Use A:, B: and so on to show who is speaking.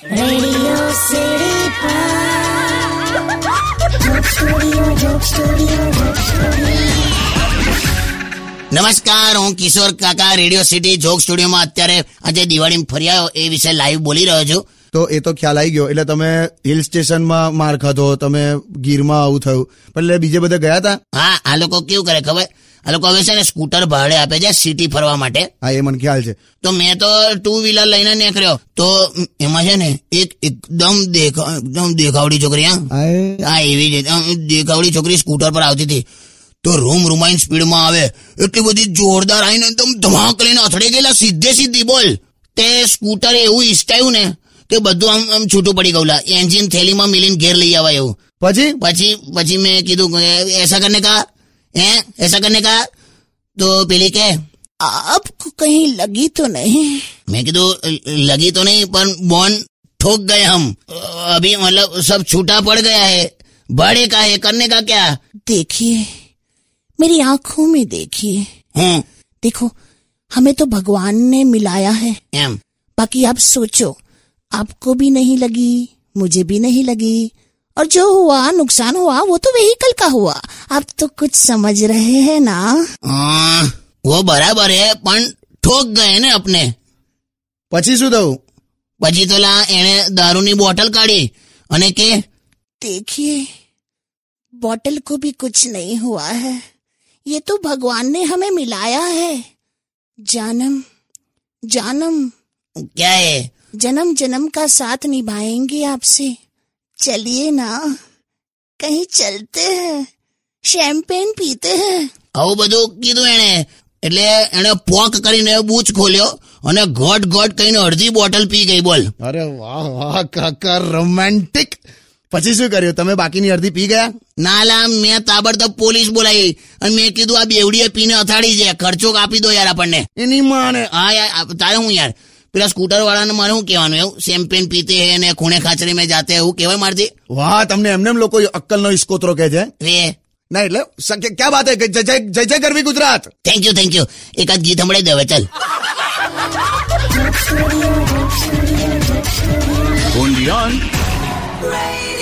A: Radio City Pod. Joke Studio, Joke Studio, Joke Studio.
B: નમસ્કાર હું Kishore Kaka radio city joke સ્ટુડિયોમાં અત્યારે આજે દિવાળી ફરી આવ્યો એ વિશે લાઈવ બોલી રહ્યો છું
C: તો એ તો ખ્યાલ આવી ગયો એટલે તમે હિલ સ્ટેશનમાં માર ખાધો તમે ગીરમાં આવું થયું પણ એટલે બીજે બધા ગયા હતા
B: હા આ લોકો કેવું કરે ખબર આ લોકો હવે છે ને સ્કૂટર ભાડે આપે છે સિટી ફરવા માટે
C: હા એ મને ખ્યાલ છે
B: તો મેં તો ટુ વ્હીલર લઈને નીકળ્યો તો એમાં છે ને એક એકદમ દેખા એકદમ દેખાવડી છોકરી હા આ એવી જ એકદમ દેખાવડી છોકરી સ્કૂટર પર આવતી હતી તો રૂમ રૂમાઈન સ્પીડમાં આવે એટલી બધી જોરદાર આવીને એકદમ ધમાક લઈને અથડી ગયેલા સીધે સીધી બોલ તે સ્કૂટર એવું ઈસ્ટાયું ને કે બધું આમ આમ છૂટું પડી ગયું લા. એન્જિન થેલીમાં મિલીને ઘેર લઈ આવા એવું
C: પછી
B: પછી પછી મેં કીધું કે એસા કરને કા હે એસા કરને કા તો પેલી કે
D: आपको कहीं लगी तो नहीं
B: मैं कि तो लगी तो नहीं पर बॉन ठोक गए हम अभी मतलब सब छूटा पड़ गया है बड़े का है करने का क्या
D: देखिए मेरी आंखों में देखिए
B: हूँ
D: देखो हमें तो भगवान ने मिलाया है
B: एम
D: बाकी आप सोचो आपको भी नहीं लगी मुझे भी नहीं लगी और जो हुआ नुकसान हुआ वो तो व्हीकल का हुआ आप तो कुछ समझ रहे हैं ना
B: आ, वो बराबर है पण ठोक गए ने अपने
C: પછી શું થયું
B: પછી તો લા એણે દારૂની બોટલ કાઢી અને કે
D: देखिए बॉटल को भी कुछ नहीं हुआ है ये तो भगवान ने हमें मिलाया है जानम जानम
B: क्या है
D: जन्म जन्म का साथ निभाएंगे आपसे चलिए ना कहीं चलते हैं शैम्पेन पीते हैं
B: આવું બધું કીધું એણે એટલે એણે પોક કરીને બૂચ ખોલ્યો અને ગોટ ગોટ કહીને અડધી બોટલ પી ગઈ બોલ
C: અરે વાહ વાહ કાકા રોમેન્ટિક પછી શું કર્યું તમે બાકીની અડધી પી ગયા
B: નાલા મેં તાબડતોબ પોલીસ બોલાવી અને મેં કીધું આ બેવડીએ પીને અથાડી છે ખર્ચો કાપી દો યાર આપણને
C: એની માને
B: હા યાર આ- તારે હું યાર પેલા સ્કૂટર વાળાને મારે શું કહેવાનું એવું શેમ્પેન પીતે હે ને ખૂણે ખાચરે મેં જાતે હે, એવું કહેવાય મારથી
C: વાહ તમને એમને એમ લોકો અક્કલનો ઇસ્કોતરો કહે છે
B: રે
C: ના એટલે શક્ય ક્યાં વાત હે કે જય જય- જય જય કરવી Gujarat
B: thank you thank you એકાદ ગીત સંભળાઈ દે હવે ચાલ
A: Radio